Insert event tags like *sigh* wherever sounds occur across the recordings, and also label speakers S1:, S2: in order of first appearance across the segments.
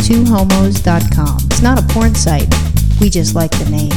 S1: twohomos.com. It's not a porn site. We just like the name.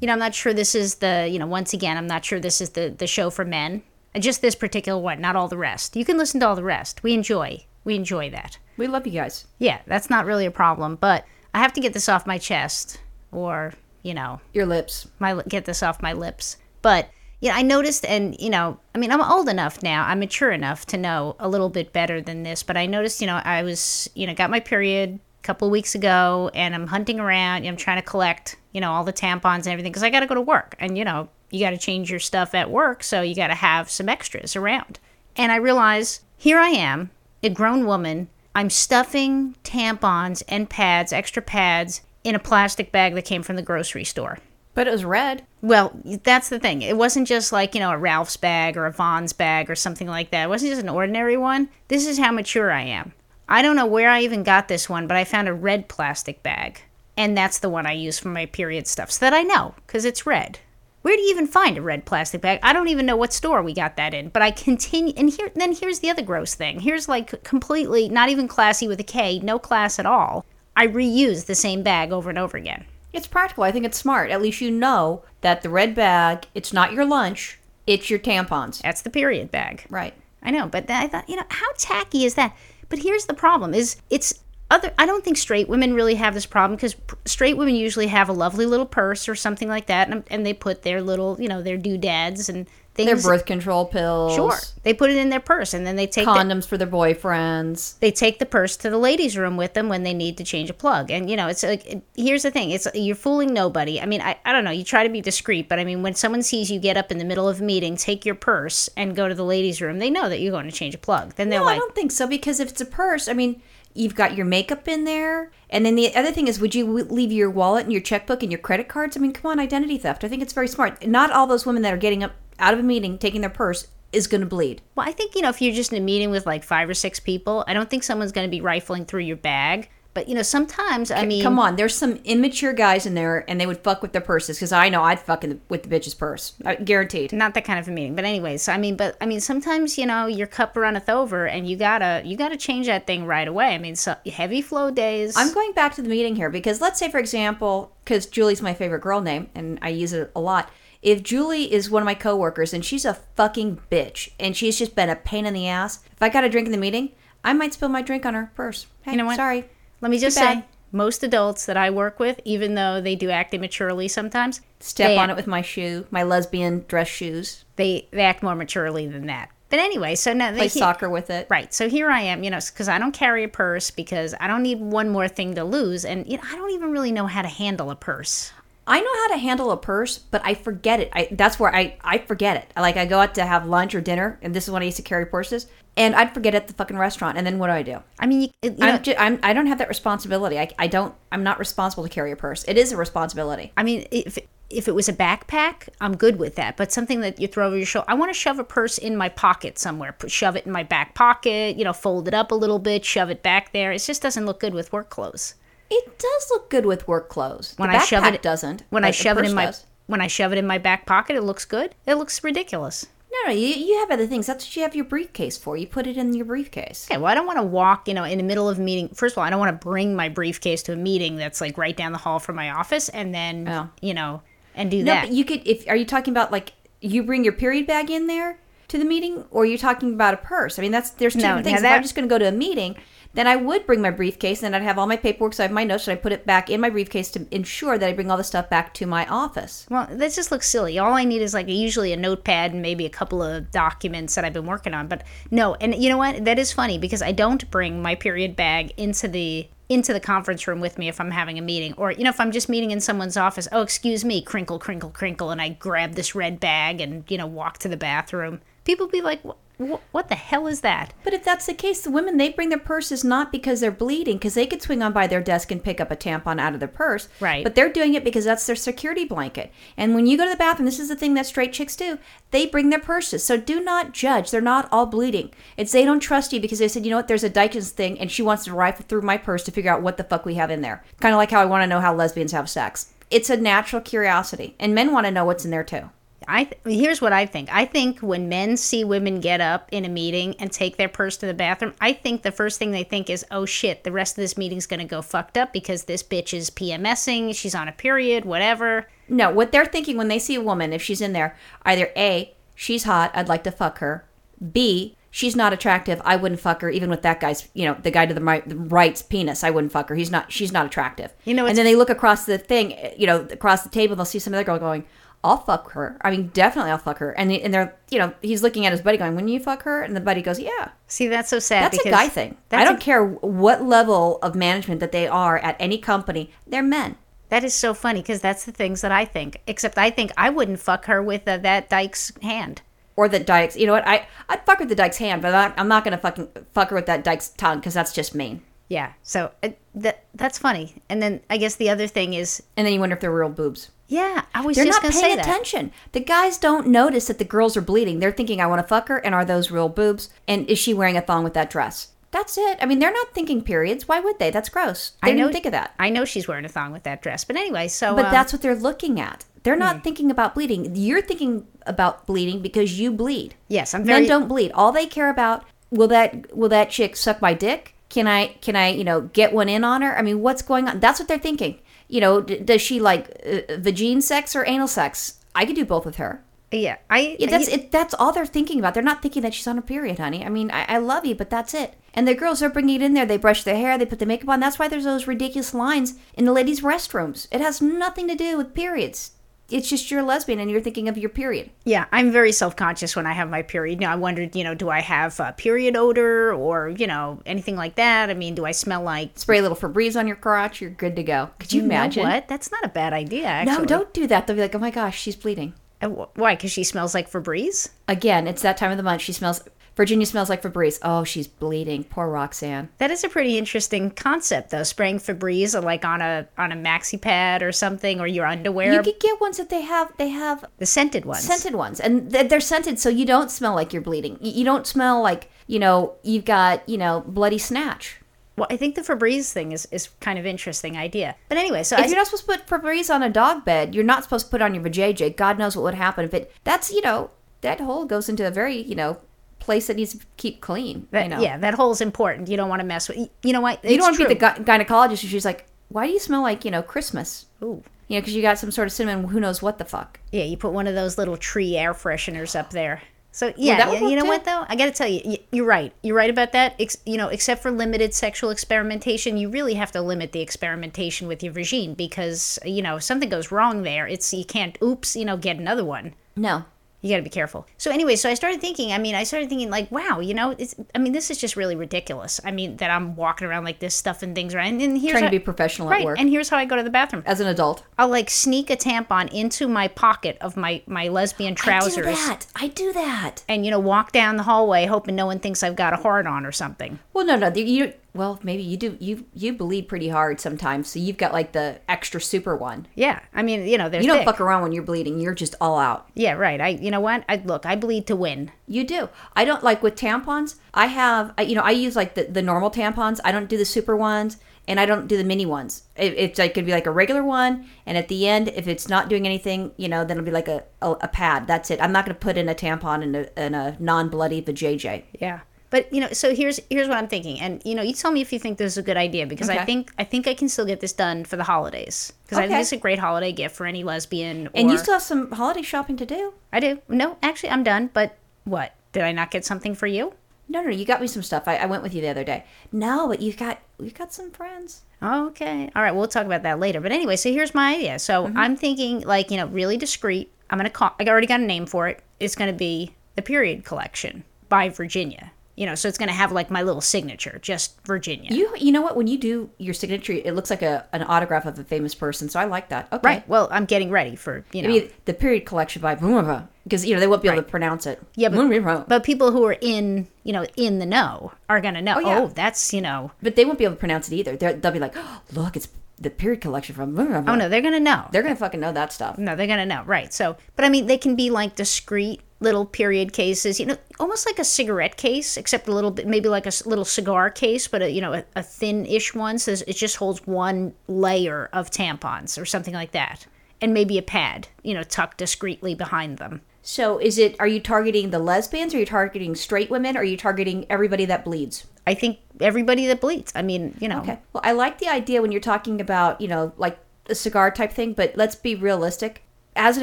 S2: You know, I'm not sure this is the, you know, once again, I'm not sure this is the, the show for men. Uh, Just this particular one, not all the rest. You can listen to all the rest. We enjoy. We enjoy that.
S3: We love you guys.
S2: Yeah, that's not really a problem, but I have to get this off my chest or, you know,
S3: Your lips.
S2: my li- get this off my lips. But yeah, I noticed, and you know, I mean, I'm old enough now, I'm mature enough to know a little bit better than this. But I noticed, you know, I was, you know, got my period a couple of weeks ago, and I'm hunting around. I'm trying to collect, you know, all the tampons and everything because I got to go to work, and you know, you got to change your stuff at work, so you got to have some extras around. And I realize here I am, a grown woman. I'm stuffing tampons and pads, extra pads, in a plastic bag that came from the grocery store.
S3: But it was red.
S2: Well, that's the thing. It wasn't just like, you know, a Ralph's bag or a Vaughn's bag or something like that. It wasn't just an ordinary one. This is how mature I am. I don't know where I even got this one, but I found a red plastic bag. And that's the one I use for my period stuff so that I know because it's red. Where do you even find a red plastic bag? I don't even know what store we got that in, but I continue. And here, then here's the other gross thing. Here's like completely not even classy with a K, no class at all. I reuse the same bag over and over again.
S3: It's practical. I think it's smart. At least you know that the red bag, it's not your lunch, it's your tampons.
S2: That's the period bag.
S3: Right.
S2: I know, but I thought, you know, how tacky is that? But here's the problem: is it's other. I don't think straight women really have this problem because straight women usually have a lovely little purse or something like that, and, and they put their little, you know, their doodads and
S3: Their
S2: things.
S3: birth control pills.
S2: Sure, they put it in their purse, and then they take the,
S3: Condoms for their boyfriends.
S2: they take the purse to the ladies' room with them when they need to change a plug. And you know, it's like it- here's the thing: it's you're fooling nobody. I mean, I, I don't know. You try to be discreet, but I mean, when someone sees you get up in the middle of a meeting, take your purse and go to the ladies' room, they know that you're going to change a plug. Then they're
S3: No, I
S2: like.
S3: don't think so because if it's a purse, I mean, you've got your makeup in there. And then the other thing is, would you w- leave your wallet and your checkbook and your credit cards? I mean, come on, identity theft. I think it's very smart. Not all those women that are getting up out of a meeting, taking their purse, is going to bleed.
S2: Well, I think, you know, if you're just in a meeting with like five or six people, I don't think someone's going to be rifling through your bag. But, you know, sometimes, I mean,
S3: Come on, there's some immature guys in there, and they would fuck with their purses because I know I'd fuck in the, with the bitch's purse, I, guaranteed.
S2: not that kind of a meeting. But anyways, I mean, but I mean, sometimes, you know, your cup runneth over and you gotta, you gotta change that thing right away. I mean, so heavy flow days.
S3: I'm going back to the meeting here because let's say, for example, because Julie's my favorite girl name and I use it a lot. If Julie is one of my coworkers and she's a fucking bitch and she's just been a pain in the ass, if I got a drink in the meeting, I might spill my drink on her purse. Hey,
S2: You know what?
S3: Sorry.
S2: Let me just
S3: bad.
S2: say, most adults that I work with, even though they do act immaturely sometimes,
S3: Step
S2: they,
S3: on it with my shoe, my lesbian dress shoes.
S2: They, they act more maturely than that. But anyway, so now
S3: Play
S2: they
S3: soccer with it.
S2: Right. So here I am, you know, because I don't carry a purse because I don't need one more thing to lose. And you know, I don't even really know how to handle a purse.
S3: I know how to handle a purse, but I forget it. I that's where I I forget it. Like I go out to have lunch or dinner, and this is when I used to carry purses, and I'd forget at the fucking restaurant, and then what do I do?
S2: I mean, you, you know,
S3: I'm, ju- I'm I don't have that responsibility. I, I don't I'm not responsible to carry a purse. It is a responsibility.
S2: I mean, if if it was a backpack, I'm good with that. But something that you throw over your shoulder, I want to shove a purse in my pocket somewhere. Put, shove it in my back pocket. You know, fold it up a little bit, shove it back there. It just doesn't look good with work clothes.
S3: It does look good with work clothes. The
S2: When I shove
S3: backpack
S2: it-
S3: doesn't.
S2: When I
S3: but the
S2: shove it
S3: purse
S2: in my
S3: does.
S2: when I shove it in my back pocket, it looks good. It looks ridiculous.
S3: no no you you have other things. That's what you have your briefcase for. You put it in your briefcase.
S2: Okay, well, I don't want to walk, you know, in the middle of a meeting. First of all, I don't want to bring my briefcase to a meeting that's like right down the hall from my office and then,
S3: Oh.
S2: you know, and do
S3: No,
S2: that.
S3: but you could. If are you talking about like you bring your period bag in there to the meeting, or you're talking about a purse? I mean, that's there's two
S2: No,
S3: different
S2: now
S3: things. if
S2: that-
S3: I'm just going to go to a meeting, then I would bring my briefcase, and I'd have all my paperwork, so I have my notes, and I put it back in my briefcase to ensure that I bring all the stuff back to my office.
S2: well, that just looks silly. All I need is like usually a notepad and maybe a couple of documents that I've been working on. But no, and you know what? That is funny because I don't bring my period bag into the into the conference room with me if I'm having a meeting or you know if I'm just meeting in someone's office. Oh, excuse me, crinkle, crinkle, crinkle, and I grab this red bag and you know walk to the bathroom. People be like, "Wh- wh- "What the hell is that?"
S3: But if that's the case, the women they bring their purses not because they're bleeding, because they could swing on by their desk and pick up a tampon out of their purse.
S2: Right.
S3: But they're doing it because that's their security blanket. And when you go to the bathroom, this is the thing that straight chicks do. They bring their purses. So do not judge. They're not all bleeding. It's they don't trust you because they said, you know what, there's a Dykens thing, and she wants to rifle through my purse to figure out what the fuck we have in there. Kind of like how I want to know how lesbians have sex. It's a natural curiosity, and men want to know what's in there too.
S2: I th- here's what I think. I think when men see women get up in a meeting and take their purse to the bathroom, I think the first thing they think is, "Oh shit, the rest of this meeting's going to go fucked up because this bitch is PMSing, she's on a period, whatever."
S3: No, what they're thinking when they see a woman, if she's in there, either A, she's hot, I'd like to fuck her. B, she's not attractive, I wouldn't fuck her, even with that guy's, you know, the guy to the, mi- the right's penis, I wouldn't fuck her. He's not, she's not attractive.
S2: You know, it's-
S3: and then they look across the thing, you know, across the table, they'll see some other girl going, I'll fuck her. I mean, definitely I'll fuck her. And, they- and they're, you know, he's looking at his buddy going, wouldn't you fuck her? And the buddy goes, yeah.
S2: See, that's so sad
S3: That's a
S2: because
S3: guy thing. I
S2: that's a-
S3: don't care what level of management that they are at any company, they're men.
S2: That is so funny because that's the things that I think. Except I think I wouldn't fuck her with uh, that Dyke's hand.
S3: or the Dykes. You know what? I I'd fuck with the Dykes hand, but I'm not, I'm not gonna fucking fuck her with that Dykes tongue because that's just mean.
S2: Yeah. So uh, that that's funny. And then I guess the other thing is,
S3: And then you wonder if they're real boobs.
S2: yeah, I was
S3: They're
S2: just
S3: not
S2: going to say
S3: paying
S2: that.
S3: attention. The guys don't notice that the girls are bleeding. They're thinking, I want to fuck her, and are those real boobs? And is she wearing a thong with that dress? That's it. I mean, they're not thinking periods. Why would they? That's gross. They
S2: I know-
S3: didn't think of that.
S2: I know she's wearing a thong with that dress, but anyway, so
S3: But
S2: um,
S3: that's what they're looking at. They're not
S2: Hmm.
S3: thinking about bleeding. You're thinking about bleeding because you bleed.
S2: yes, I'm very
S3: Men don't bleed. All they care about will that will that chick suck my dick? Can I can I you know get one in on her? I mean, what's going on? That's what they're thinking. You know, d- does she like uh, vagine sex or anal sex? I could do both with her.
S2: yeah. I
S3: Yeah, that's it. That's all they're thinking about. They're not thinking that she's on a period, honey. I mean, I, I love you, but that's it. And the girls are bringing it in there. They brush their hair. They put the makeup on. That's why there's those ridiculous lines in the ladies' restrooms. It has nothing to do with periods. It's just you're a lesbian and you're thinking of your period.
S2: yeah. I'm very self conscious when I have my period. You know, I wondered, you know, do I have uh, period odor or you know anything like that? I mean, do I smell like?
S3: spray a little Febreze on your crotch, you're good to go. Could you,
S2: You know
S3: imagine?
S2: what? That's not a bad idea.
S3: No,
S2: Actually.
S3: don't do that. They'll be like, oh my gosh, she's bleeding.
S2: Uh, wh- Why? Because she smells like Febreze.
S3: Again, it's that time of the month. She smells, Virginia smells like Febreze. Oh, she's bleeding. Poor Roxanne.
S2: That is a pretty interesting concept, though. Spraying Febreze uh, like on a on a maxi pad or something, or your underwear,
S3: You could get ones that they have, they have
S2: the scented ones.
S3: scented ones and th- they're scented so you don't smell like you're bleeding. Y- You don't smell like, you know, you've got, you know, bloody snatch.
S2: Well, I think the Febreze thing is is kind of interesting idea. But anyway, so I,
S3: If you're not supposed to put Febreze on a dog bed, you're not supposed to put it on your vajayjay. God knows what would happen. But that's, you know, that hole goes into a very, you know, place that needs to keep clean.
S2: that-
S3: you know.
S2: yeah, that hole's important. You don't want to mess with. You know what?
S3: you don't want to be the gy- gynecologist. And she's like, why do you smell like, you know, Christmas?
S2: Ooh.
S3: You know, because you got some sort of cinnamon, who knows what the fuck.
S2: Yeah, you put one of those little tree air fresheners up there. So yeah,
S3: that would
S2: you, you
S3: work
S2: know
S3: too.
S2: what though? I got to tell you, y- you're right. You're right about that. Ex- you know, except for limited sexual experimentation, you really have to limit the experimentation with your vagine because you know if something goes wrong there, it's you can't. Oops, you know, get another one.
S3: No.
S2: You got to be careful. So anyway, so I started thinking. I mean, I started thinking like, wow, you know, it's. I mean, this is just really ridiculous. I mean, that I'm walking around like this stuff and things, right? And, then here's
S3: Trying
S2: how-
S3: to be professional
S2: right,
S3: at work.
S2: and here's how I go to the bathroom.
S3: As an adult.
S2: I'll like sneak a tampon into my pocket of my my lesbian trousers
S3: I do that. I do that.
S2: and you know walk down the hallway hoping no one thinks I've got a hard on or something.
S3: Well, no, no. You, you- well, maybe you do. You you bleed pretty hard sometimes, so you've got like the extra super one.
S2: Yeah, I mean you know they're
S3: You don't
S2: thick.
S3: fuck around when you're bleeding. You're just all out.
S2: yeah, right. I you know what? I look, I bleed to win.
S3: You do. I don't like with tampons. I have, I, you know, I use like the, the normal tampons. I don't do the super ones and I don't do the mini ones. It, it's like, could be like a regular one. And at the end, if it's not doing anything, you know, then it'll be like a, a, a pad. That's it. I'm not going to put in a tampon and a, and a non bloody vajayjay.
S2: Yeah. But you know, so here's here's what I'm thinking, and you know, you tell me if you think this is a good idea because I
S3: Okay.
S2: think I think I can still get this done for the holidays because I think
S3: Okay.
S2: it's a great holiday gift for any lesbian. Or,
S3: And you still have some holiday shopping to do.
S2: I do. No, actually, I'm done. But what did I not get something for you?
S3: No, no, no. You got me some stuff. I, I went with you the other day. No, but you got, you got some friends.
S2: Okay. All right. We'll talk about that later. But anyway, so here's my idea. So
S3: Mm-hmm.
S2: I'm thinking, like, you know, really discreet. I'm going to call, I already got a name for it. It's going to be The Period Collection by Virginia. You know, so it's going to have like my little signature, just Virginia.
S3: You, you know what? When you do your signature, it looks like a, an autograph of a famous person. So I like that. Okay.
S2: right. Well, I'm getting ready for, you know.
S3: Maybe the period collection by Boomerva because you know they won't be able to pronounce it.
S2: Yeah, but-
S3: Boomerva. but,
S2: but people who are in, you know, in the know are going to know, oh,
S3: yeah.
S2: that's, you know,
S3: they won't be able to pronounce it either. They're, they'll be like, oh, "Look, it's the period collection from Boomerva."
S2: oh no, they're going to know.
S3: They're gonna fucking know that stuff.
S2: no, they're going to know. Right. So, but I mean, they can be like discreet little period cases, you know, almost like a cigarette case, except a little bit, maybe like a s- little cigar case, but a, you know, a, a thin ish one. So it just holds one layer of tampons or something like that. and maybe a pad, you know, tucked discreetly behind them.
S3: So is it are you targeting the lesbians? Are you targeting straight women? Are you targeting everybody that bleeds?
S2: I think everybody that bleeds. I mean, you know,
S3: Okay. Well, I like the idea when you're talking about, you know, like a cigar type thing, but let's be realistic. As an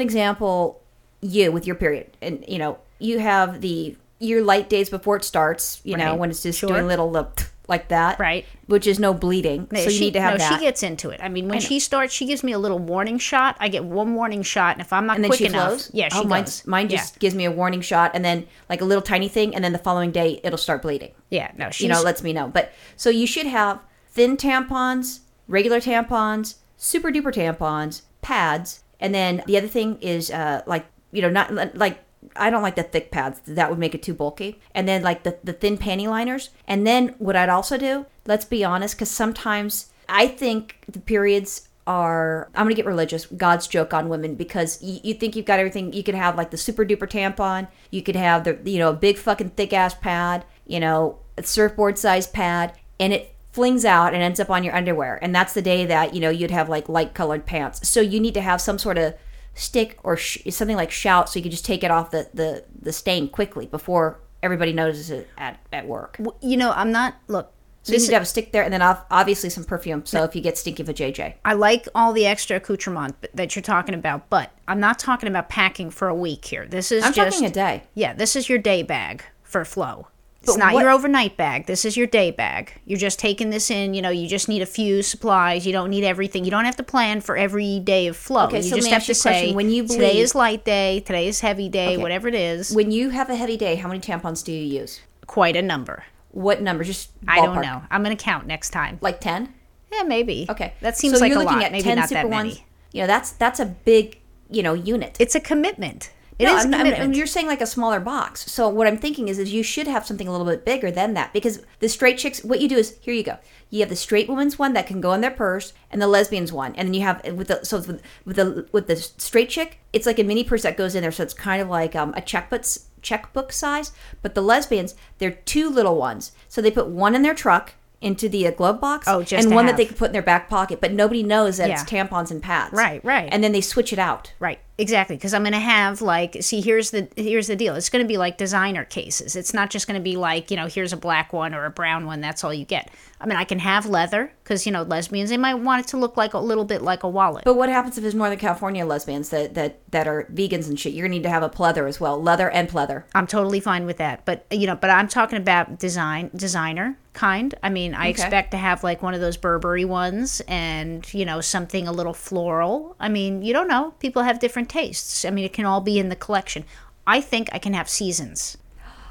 S3: example, you with your period, and you know, you have the your light days before it starts, you know,
S2: Right.
S3: when it's just
S2: Sure.
S3: doing little *laughs* lip- like that.
S2: Right.
S3: Which is no bleeding. so
S2: she,
S3: you need to have
S2: no,
S3: that.
S2: she gets into it. I mean, when she starts, she gives me a little warning shot. I get one warning shot, and if I'm not
S3: and then
S2: quick
S3: she
S2: enough,
S3: flows.
S2: yeah, she
S3: oh, mine,
S2: goes.
S3: mine
S2: Yeah.
S3: just gives me a warning shot and then like a little tiny thing and then the following day it'll start bleeding.
S2: yeah, no, she's
S3: you know, it lets me know. But so you should have thin tampons, regular tampons, super duper tampons, pads, and then the other thing is uh, like you know not like I don't like the thick pads. That would make it too bulky. And then like the the thin panty liners. And then what I'd also do, let's be honest, because sometimes I think the periods are I'm gonna get religious. God's joke on women because you, you think you've got everything. You could have like the super duper tampon. You could have the you know a big fucking thick ass pad. You know a surfboard size pad, and it flings out and ends up on your underwear. And that's the day that you know you'd have like light colored pants. So you need to have some sort of stick or sh- something like shout so you can just take it off the the the stain quickly before everybody notices it at at work.
S2: W- you know, I'm not. Look,
S3: So you need to have a stick there, and then ob- obviously some perfume. So if you get stinky with JJ.
S2: I like all the extra accoutrement b- that you're talking about, but I'm not talking about packing for a week here. This is
S3: I'm
S2: just
S3: talking a day.
S2: yeah, this is your day bag for flow. It's
S3: But
S2: not
S3: what-
S2: your overnight bag. This is your day bag. You're just taking this in. You know, you just need a few supplies. You don't need everything. You don't have to plan for every day of flow.
S3: Okay,
S2: you
S3: so let
S2: just
S3: me
S2: have
S3: ask
S2: to
S3: you a question.
S2: say
S3: When you
S2: today
S3: bleed-
S2: is light day, today is heavy day, whatever it is,
S3: When you have a heavy day, how many tampons do you use?
S2: quite a number.
S3: What number? Just
S2: I don't
S3: ballpark.
S2: know. I'm gonna count next time.
S3: Like ten.
S2: Yeah, maybe.
S3: Okay,
S2: that seems
S3: So
S2: like
S3: you're
S2: a
S3: looking
S2: lot.
S3: At
S2: maybe
S3: 10
S2: not
S3: super
S2: that many.
S3: ones. You know, that's that's a big you know unit.
S2: It's a commitment. It is a
S3: No, I'm- I'm-
S2: commitment.
S3: you're saying like a smaller box. So what I'm thinking is, is you should have something a little bit bigger than that because the straight chicks. What you do is here you go. You have the straight woman's one that can go in their purse, and the lesbians one, and then you have with the so with, with the with the straight chick, it's like a mini purse that goes in there. So it's kind of like um, a checkbook s- checkbook size. But the lesbians, they're two little ones, so they put one in their truck into the uh, glove box,
S2: Oh, just
S3: and
S2: to
S3: one
S2: have.
S3: that they can put in their back pocket. But nobody knows that it's
S2: Yeah.
S3: tampons and pads.
S2: Right, right.
S3: And then they switch it out.
S2: Right, exactly. Because I'm going to have like, see, here's the here's the deal. It's going to be like designer cases. It's not just going to be like, you know, here's a black one or a brown one. That's all you get. I mean, I can have leather because you know lesbians they might want it to look like a little bit like a wallet.
S3: But what happens if it's Northern California lesbians that that that are vegans and shit? You're gonna need to have a pleather as well, leather and pleather.
S2: I'm totally fine with that. But you know, but I'm talking about design designer kind. I mean, I expect to have like one of those Burberry ones and, you know, something a little floral. I mean, you don't know. People have different tastes. I mean, it can all be in the collection. I think I can have seasons.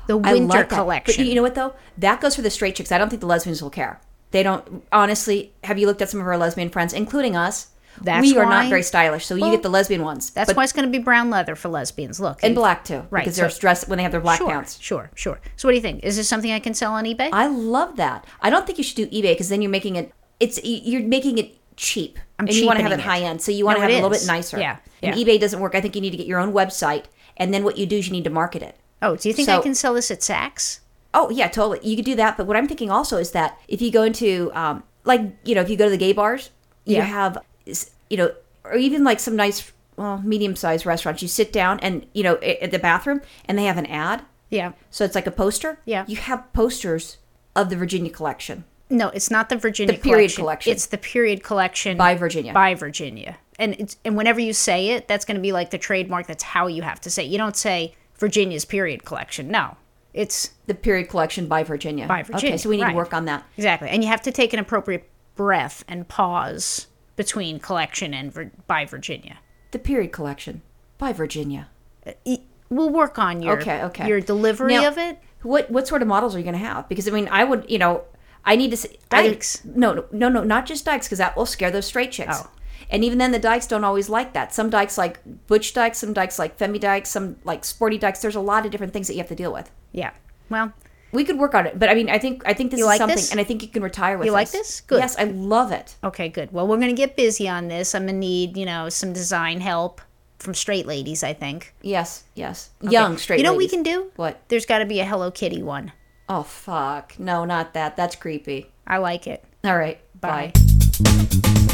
S2: The
S3: I
S2: winter
S3: love that.
S2: collection.
S3: But you- you know what though? That goes for the straight chicks. I don't think the lesbians will care. They don't. Honestly, have you looked at some of our lesbian friends, including us?
S2: That's
S3: we are not
S2: why-
S3: very stylish, so you get the lesbian ones.
S2: That's
S3: but,
S2: why it's going to be brown leather for lesbians. Look.
S3: and black too,
S2: Right,
S3: Because
S2: so-
S3: they're dressed when they have their black
S2: Sure,
S3: pants.
S2: sure, sure. So what do you think? Is this something I can sell on eBay?
S3: I love that. I don't think you should do eBay because then you're making it. It's you're making it cheap. and you want to have it,
S2: cheapening it.
S3: high end, so you want to
S2: No,
S3: have
S2: it
S3: it a little
S2: is.
S3: bit nicer.
S2: Yeah,
S3: And
S2: yeah.
S3: eBay doesn't work. I think you need to get your own website, and then what you do is you need to market it.
S2: oh, do you think I
S3: so-
S2: can sell this at Saks?
S3: Oh yeah, totally. You could do that. But what I'm thinking also is that if you go into um, like you know if you go to the gay bars,
S2: Yeah.
S3: you have s- you know or even like some nice well medium sized restaurants, you sit down and you know a- at the bathroom and they have an ad,
S2: Yeah.
S3: so it's like a poster.
S2: Yeah.
S3: you have posters of the Virginia collection.
S2: No, it's not the Virginia
S3: The period collection.
S2: It's the period collection
S3: By Virginia.
S2: By Virginia. And it's, and whenever you say it, that's going to be like the trademark. That's how you have to say. It. You don't say Virginia's period collection. No, it's
S3: The period collection by Virginia.
S2: By Virginia,
S3: Okay, so we need
S2: right.
S3: to work on that.
S2: exactly. And you have to take an appropriate breath and pause between collection and vir- by Virginia.
S3: The period collection by Virginia.
S2: E- We'll work on your
S3: Okay, okay.
S2: your delivery
S3: Now-
S2: of it.
S3: What what sort of models are you going to have? Because I mean, I would you know I need to s- either-
S2: Dykes.
S3: No, no, no, no, not just dykes because that will scare those straight chicks.
S2: Oh.
S3: And even then, the dykes don't always like that. Some dykes like butch dykes, some dykes like femi dykes, some like sporty dykes. There's a lot of different things that you have to deal with.
S2: Yeah. Well,
S3: We could work on it, but I mean, I think I think this is
S2: like
S3: something,
S2: this?
S3: and I think you can retire with.
S2: You like this? Good.
S3: Yes, I love it.
S2: Okay, good. Well, we're going to get busy on this. I'm going to need, you know, some design help from straight ladies, I think.
S3: Yes, yes. Young straight.
S2: You know what we
S3: ladies.
S2: can do?
S3: What?
S2: There's got to be a Hello Kitty one.
S3: Oh fuck! No, not that. That's creepy.
S2: I like it.
S3: All right.
S2: Bye.
S3: bye.